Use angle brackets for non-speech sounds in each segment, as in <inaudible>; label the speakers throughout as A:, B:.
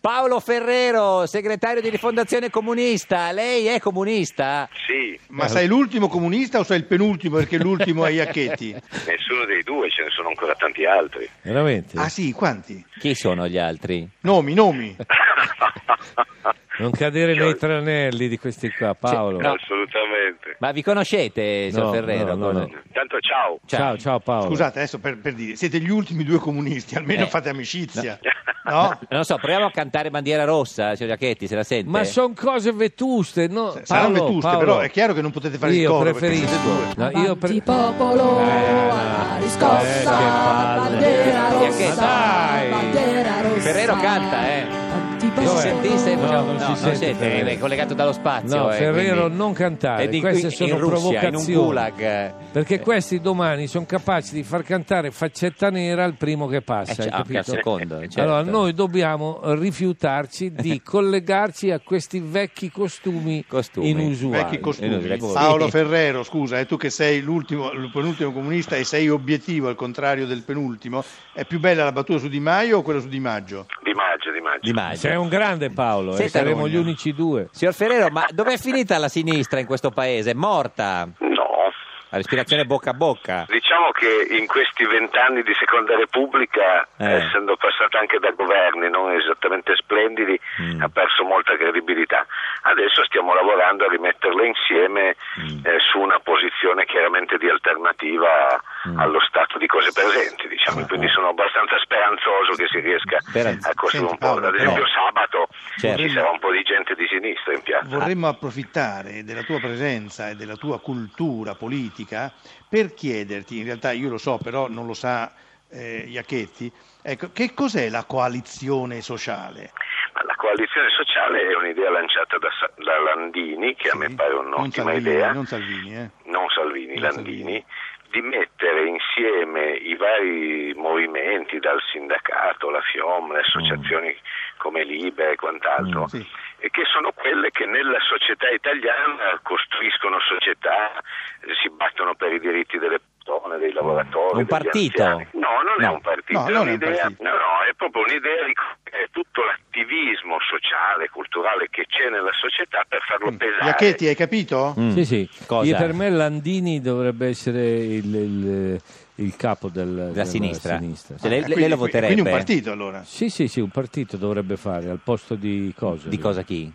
A: Paolo Ferrero, segretario di Rifondazione Comunista, lei è comunista?
B: Sì,
C: Ma sei l'ultimo comunista o sei il penultimo perché l'ultimo è Iacchetti?
B: nessuno dei due, ce ne sono ancora
A: <laughs>
B: tanti altri.
D: Veramente?
C: Ah sì, quanti?
A: Chi sono gli altri?
C: Nomi, nomi.
B: Ah,
D: Non cadere
B: Io-
D: nei tranelli di questi qua, Paolo.
A: no.
B: Assolutamente.
A: Ma vi conoscete, signor
D: No,
A: Ferrero? Cioè,
D: no, no, no.
B: Intanto ciao.
D: Ciao, ciao Paolo.
C: cioè, Scusate, adesso per, per dire, siete gli ultimi due comunisti, almeno
A: Eh.
C: fate amicizia. <laughs> No?
A: Non lo so, proviamo a cantare Bandiera Rossa, signor Giacchetti, se la sente.
D: Ma sono cose vetuste, no?
C: eh. Saranno
D: Paolo,
C: vetuste,
D: Paolo.
C: però è chiaro che non potete fare il
D: Io
C: coro perché
D: preferisco.
C: siete due.
D: No, io pre-
E: Avanti popolo, alla riscossa,
D: eh, che palle.
E: bandiera
A: Ma
E: rossa,
D: dai.
E: bandiera rossa.
A: Ferrero canta, eh.
E: Avanti
A: Non si
E: popolo.
D: Dov'è?
A: sentisse?
D: No, non si sente, Ferrero.
A: è collegato dallo spazio.
D: No,
A: eh,
D: Ferrero,
A: quindi-
D: non cantare.
A: È di-
D: Queste
A: in-
D: sono
A: in Russia, in un
D: provocazioni.
A: gulag, eh.
D: Perché questi domani sono capaci di far cantare faccetta nera al primo che passa.
A: Eh, cioè,
D: hai
A: anche
D: capito?
A: al secondo, certo.
D: <laughs> Allora, noi dobbiamo rifiutarci
A: <laughs>
D: di collegarci a questi vecchi costumi,
A: Costumi.
D: inusuali.
C: Vecchi
A: inutile,
C: costumi.
A: sì.
C: Paolo Ferrero, scusa, è tu che sei l'ultimo, il penultimo comunista e sei obiettivo al contrario del penultimo, è più bella la battuta su Di Maio o quella su Di Maggio?
B: Di maggio, di maggio.
A: Di Maggio.
D: Sei un grande Paolo,
A: Senta,
D: e saremo
A: Rogna.
D: gli unici due.
A: Signor Ferrero, ma dov'è finita la sinistra in questo paese? È morta?
B: No.
A: La respirazione bocca a bocca?
B: Diciamo che in questi vent'anni di seconda repubblica,
A: Eh.
B: essendo passata anche da governi non esattamente splendidi,
A: Mm.
B: ha perso molta credibilità. Adesso stiamo lavorando a rimetterle insieme
A: Mm.
B: eh, su una posizione chiaramente di alternativa
A: Mm.
B: allo stato di cose presenti,
A: Ah,
B: diciamo. Quindi
A: ah.
B: sono abbastanza speranzoso che si riesca
A: Speranza.
B: a costruire un
C: Senti,
B: po'.
C: Paolo,
B: Ad esempio
A: però-
B: sabato
A: Certo.
B: ci sarà un po' di gente di sinistra in piazza.
C: Vorremmo approfittare della tua presenza e della tua cultura politica per chiederti, in realtà io lo so, però non lo sa eh, Iacchetti, ecco, che cos'è la coalizione sociale?
B: Ma La coalizione sociale è un'idea lanciata da, Sa- da Landini, che a
C: Sì,
B: me pare
C: non
B: un'ottima
C: Salvini,
B: idea,
C: non Salvini, eh.
B: non Salvini,
C: Non
B: Landini,
C: Salvini.
B: di mettere insieme i vari movimenti, dal sindacato, la FIOM, le associazioni come Libera e quant'altro,
C: Mm, sì.
B: e che sono quelle che nella società italiana costruiscono società, eh, si battono per i diritti delle persone, dei lavoratori.
A: Un
B: degli
A: partito?
B: anziani. No, non è
A: No.
B: un partito,
C: No,
B: è,
C: non è un
B: un'idea-
C: partito.
B: no, no, è proprio un'idea di co- è tutto l'attivismo sociale, culturale che c'è nella società per farlo
C: Mm.
B: pesare.
C: Iacchetti, hai capito?
A: Mm.
D: Sì, sì.
A: Cosa?
D: Io per me Landini dovrebbe essere il, il- il capo del,
A: La
D: della
A: sinistra.
D: sinistra,
A: Cioè,
D: sì.
A: lei,
C: Eh,
A: lei lo
C: quindi-
A: voterebbe?
C: Quindi un partito allora.
D: Sì, sì, sì, un partito dovrebbe fare al posto di cosa?
A: Di cosa chi?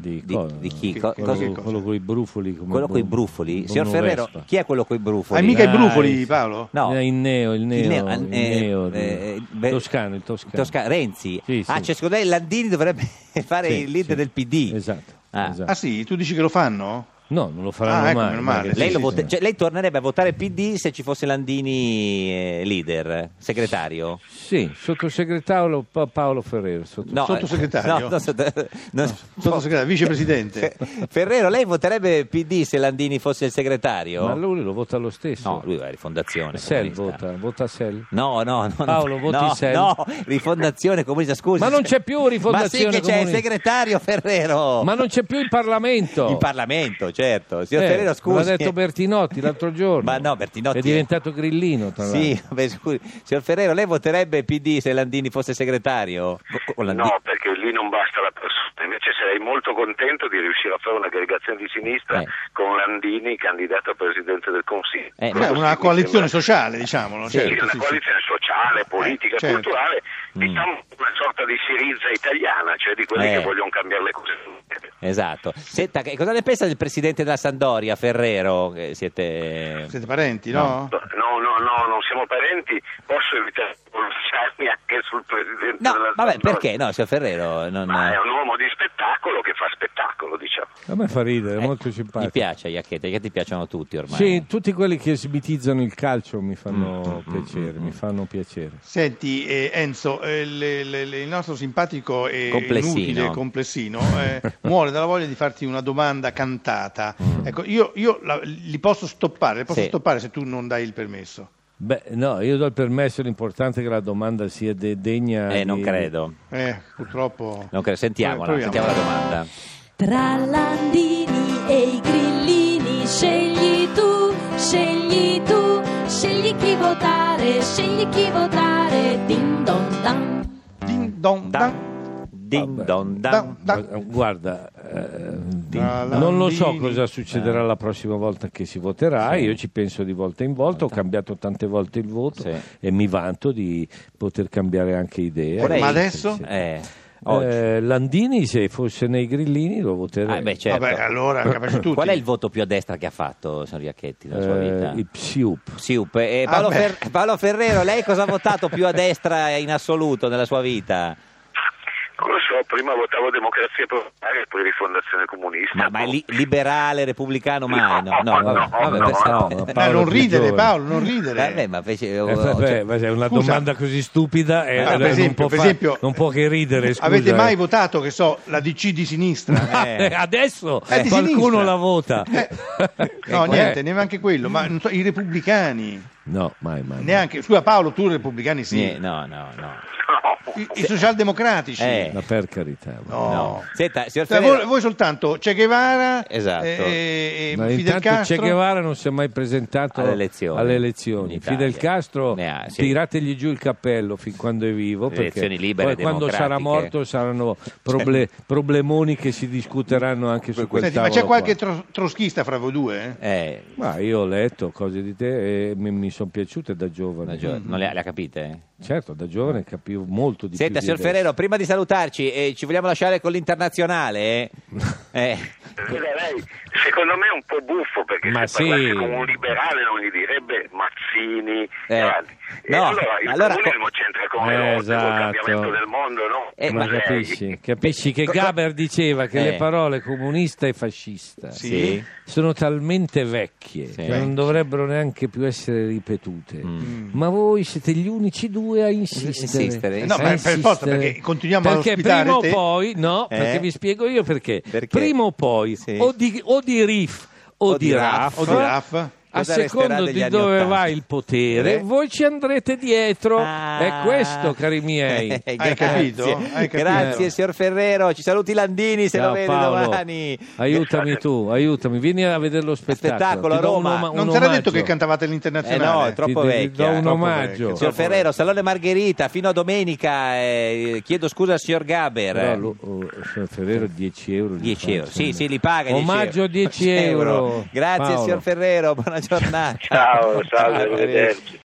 D: Di,
A: Di-
D: cosa?
A: di chi?
C: Che-
A: Co-
C: che-
D: Quello,
A: cosa-
C: che- cosa?
D: con i brufoli. Come
A: Quello
D: un-
A: con i brufoli?
D: un-
A: Signor
D: un
A: Ferrero,
D: Vespa.
A: chi è quello con i brufoli? Ah,
C: Hai Ah, mica i
D: Dai,
C: brufoli,
D: sì.
C: Paolo?
A: No.
D: Eh, Il neo, il neo, il neo,
A: eh,
D: il,
A: eh, beh,
D: toscano, il toscano.
A: Tosca- Renzi.
D: Sì, sì.
A: Ah, cioè, secondo lei Landini dovrebbe <laughs> fare
D: Sì,
A: il leader
D: sì.
A: del PD?
D: Esatto.
A: Ah.
D: esatto.
C: Ah sì, tu dici che lo fanno?
D: No, non lo faranno
C: Ah, ecco,
D: mai.
C: meno male.
D: magari.
A: Lei,
C: Sì,
A: lo
C: sì,
A: vote-
C: sì.
A: cioè, lei tornerebbe a votare PD se ci fosse Landini eh, leader, segretario?
D: Sì, sottosegretario Pa- Paolo Ferrero. sotto-
A: No,
C: Sottosegretario?
A: eh, no, no,
C: <laughs>
A: sotto- no,
C: sottosegretario, vicepresidente.
A: Fe- Ferrero, lei voterebbe PD se Landini fosse il segretario?
D: Ma lui lo vota lo stesso.
A: No, lui va a rifondazione.
D: Sel
A: comunista.
D: vota, vota Sel.
A: No, no, no. no.
D: Paolo, voti
A: no,
D: Sel.
A: No, rifondazione comunista, scusi.
D: Ma non c'è più Rifondazione
A: Ma sì che c'è il
D: Comunista.
A: segretario Ferrero.
D: Ma non c'è più il Parlamento.
A: In Parlamento, certo. Signor
D: Eh,
A: Ferrero, scusi.
D: L'ha detto Bertinotti l'altro giorno.
A: Ma no, Bertinotti
D: È
A: è-
D: diventato grillino, tra l'altro.
A: <laughs> Sì, vabbè, scusi. Signor Ferrero, lei voterebbe PD se Landini fosse segretario? O- o Landini-
B: No, perché lì non basta la persona. Invece sarei molto contento di riuscire a fare un'aggregazione di sinistra
A: Eh.
B: con Landini, candidato a presidente del Consiglio.
A: Eh, ma-
B: Così
C: Beh,
B: mi
C: una coalizione
B: sembra-
C: sociale, diciamolo.
B: Sì,
C: certo,
B: una
C: sì, sì.
B: coalizione sociale, politica,
C: Eh, certo.
B: culturale,
A: Mm.
B: diciamo una sorta di Siriza italiana, cioè di quelli
A: Eh.
B: che vogliono cambiare le cose.
A: Esatto. Senta, che- cosa ne pensa del presidente della Sandoria, Ferrero? Che siete...
C: Siete parenti, no?
B: No, no, no, non siamo parenti, posso evitare di pronunciarmi anche sul presidente
A: No,
B: della
A: vabbè,
B: Sampdoria?
A: perché? No, signor Ferrero non...
B: Ma è un uomo di spettacolo che fa spettacolo, diciamo.
D: A me fa ridere, è
A: Eh,
D: molto simpatico.
A: Mi piace Iacchetti, Iacchetti piacciono tutti ormai. Mm,
D: Sì, tutti quelli che sbitizzano il calcio mi fanno piacere, mi fanno piacere.
C: Senti eh, Enzo, eh, le- le- le- il nostro simpatico e
A: Complessino.
C: inutile complessino
A: <laughs>
C: eh, muore dalla voglia di farti una domanda cantata. Ecco, io, io la- li posso stoppare, le posso
A: Mm. Sì.
C: stoppare se tu non dai il permesso.
D: Beh, no, io do il permesso, l'importante è che la domanda sia de- degna
A: Eh, non
D: di-
A: credo.
C: Eh, purtroppo...
A: Non credo. Sentiamola,
C: Proviamo.
A: sentiamo la domanda.
E: Tra landini e i grillini scegli tu, scegli tu, scegli chi votare, scegli chi votare, din don dan.
C: Din don
A: Da.
C: dan.
A: Ding
D: Vabbè.
A: don dan.
C: Dan.
D: Ma- Guarda, eh,
C: Tra
D: non lo so
C: Landini.
D: cosa succederà la prossima volta che si voterà,
A: Ah. Sì.
D: io ci penso di volta in volta, ho cambiato tante volte il voto
A: Sì.
D: e mi vanto di poter cambiare anche idea.
C: Vorrei- Ma
D: Eh,
C: adesso?
D: sì.
A: Eh, oggi.
D: Eh, Landini, se fosse nei grillini, lo voterei.
A: Ah, beh, certo.
C: Vabbè,
A: <laughs>
C: allora, capaci tutti.
A: Qual è il voto più a destra che ha fatto, signor Iacchetti, nella sua
D: Eh,
A: vita?
D: I Psiup.
A: Siup. E
C: Ah,
A: Paolo,
C: beh.
A: Fer- Paolo Ferrero, lei cosa ha votato più a destra in assoluto nella sua vita?
B: Non lo so, prima votavo Democrazia Popolare e poi Rifondazione Comunista.
A: Ma, ma è li- liberale, repubblicano mai? No,
B: No,
A: vabbè,
B: no,
A: vabbè,
B: no,
A: beh,
B: no.
A: eh,
C: Eh,
D: Paolo
C: non
D: Prigioni.
C: ridere Paolo, non ridere.
A: Vabbè, ma fece...
D: Eh,
A: oh,
D: vabbè,
A: cioè-
D: ma se è una
C: Scusa.
D: domanda così stupida eh,
C: Ah, per
D: non
C: esempio,
D: può
C: per
D: fa-
C: esempio,
D: non può che ridere. scusa,
C: Avete
D: eh.
C: mai votato, che so, la DC di
A: <laughs>
C: sinistra?
D: Ah, eh, adesso
C: Eh, di
D: qualcuno
C: sinistra.
D: la vota.
C: Eh, no,
D: Eh,
C: niente,
A: <laughs>
D: eh,
C: neanche quello. Ma non so, i repubblicani,
D: No, mai, mai.
C: neanche. Scusa, Paolo, tu i repubblicani sì.
A: Niente, No, no, no.
C: I, i socialdemocratici.
A: Eh.
D: Ma per carità. ma-
C: No.
A: no. Senta, signor
C: Cioè,
A: Ferrero...
C: voi, voi soltanto Che Guevara
A: Certo, Esatto.
C: eh, eh,
D: Ma
C: Fidel
D: intanto
C: Castro.
D: Che Guevara non si è mai presentato
A: Alle elezioni.
D: alle elezioni.
A: In Italia.
D: Fidel Castro,
A: Ne ha, sì.
D: tirategli giù il cappello fin quando è vivo.
A: Le
D: Perché
A: elezioni libere,
D: poi quando sarà
A: democratiche.
D: morto saranno proble- problemoni che si discuteranno anche su quel
C: Senti, ma c'è
D: tavolo
C: qualche
D: qua.
C: tro- troschista fra voi due? eh?
A: Eh,
D: Ma io ho letto cose di te e mi, sono piaciute da giovane. Mm.
A: una gio- non le, le ha capite?
D: Certo, da giovane capivo molto di
A: Senta,
D: più. di
A: signor
D: adesso.
A: Ferrero, prima di salutarci, eh, ci vogliamo lasciare con l'internazionale? eh? Eh,
B: Guarda, lei, secondo me è un po' buffo perché
D: Ma
B: se parlasse
D: sì.
B: con un liberale non gli direbbe Mazzini.
A: Eh,
B: Grandi. E
A: no,
B: allora il
A: allora co-
B: comunismo c'entra con
D: Eh,
B: l'Europa,
D: esatto.
B: il cambiamento del mondo, no?
A: Eh,
D: Ma
B: Con lei.
D: capisci, <laughs> capisci che
A: Co-
D: Gaber diceva che
A: Eh.
D: le parole comunista e fascista
C: Sì.
A: sì.
D: sono talmente vecchie
A: Sì.
D: che
A: Vecchie.
D: non dovrebbero neanche più essere ripetute.
A: Mm.
D: Ma voi siete gli unici due a insistere.
A: Insistere. Eh,
C: No,
D: A
C: ma per
D: insistere.
C: forza, perché continuiamo a
D: Perché
C: ospitare
D: prima
C: te.
D: o poi, no,
A: Eh?
D: perché vi spiego io perché.
A: Perché?
D: Prima o poi,
A: Sì.
D: o, di, o di Rif o,
A: O di
D: di Raf,
C: O di Raff?
D: a
A: Cosa resterà
D: secondo
A: degli
D: di
A: anni
D: dove
A: Ottanta?
D: va il potere,
A: Eh?
D: voi ci andrete dietro.
A: Ah.
D: È questo, cari miei.
A: Eh,
C: Hai capito? Hai capito?
A: Grazie, signor Ferrero. Ci saluti Landini <laughs> se lo
D: Ciao
A: vede
D: Paolo,
A: domani.
D: aiutami tu, aiutami, vieni a vedere lo spettacolo.
A: Spettacolo a
D: Ti do un
A: Roma.
D: oma- un
C: Non sarà detto
D: omaggio.
C: che cantavate
A: Eh no, è
C: l'internazionale?
A: troppo
D: Ti- ti- ti
A: vecchia.
D: do un
A: Troppo
D: omaggio.
C: vecchia,
A: Signor
C: troppo
A: Ferrero, Salone Margherita fino a domenica. eh, chiedo scusa al signor Gaber.
D: Però lo- oh, signor Ferrero 10 euro. gli
A: 10 Eh. euro,
D: faccio.
A: sì, sì, li paga. 10
D: Omaggio
A: euro.
D: 10 euro.
A: Grazie,
D: Paolo.
A: signor Ferrero, buona giornata. <laughs>
B: Ciao, salve, arrivederci.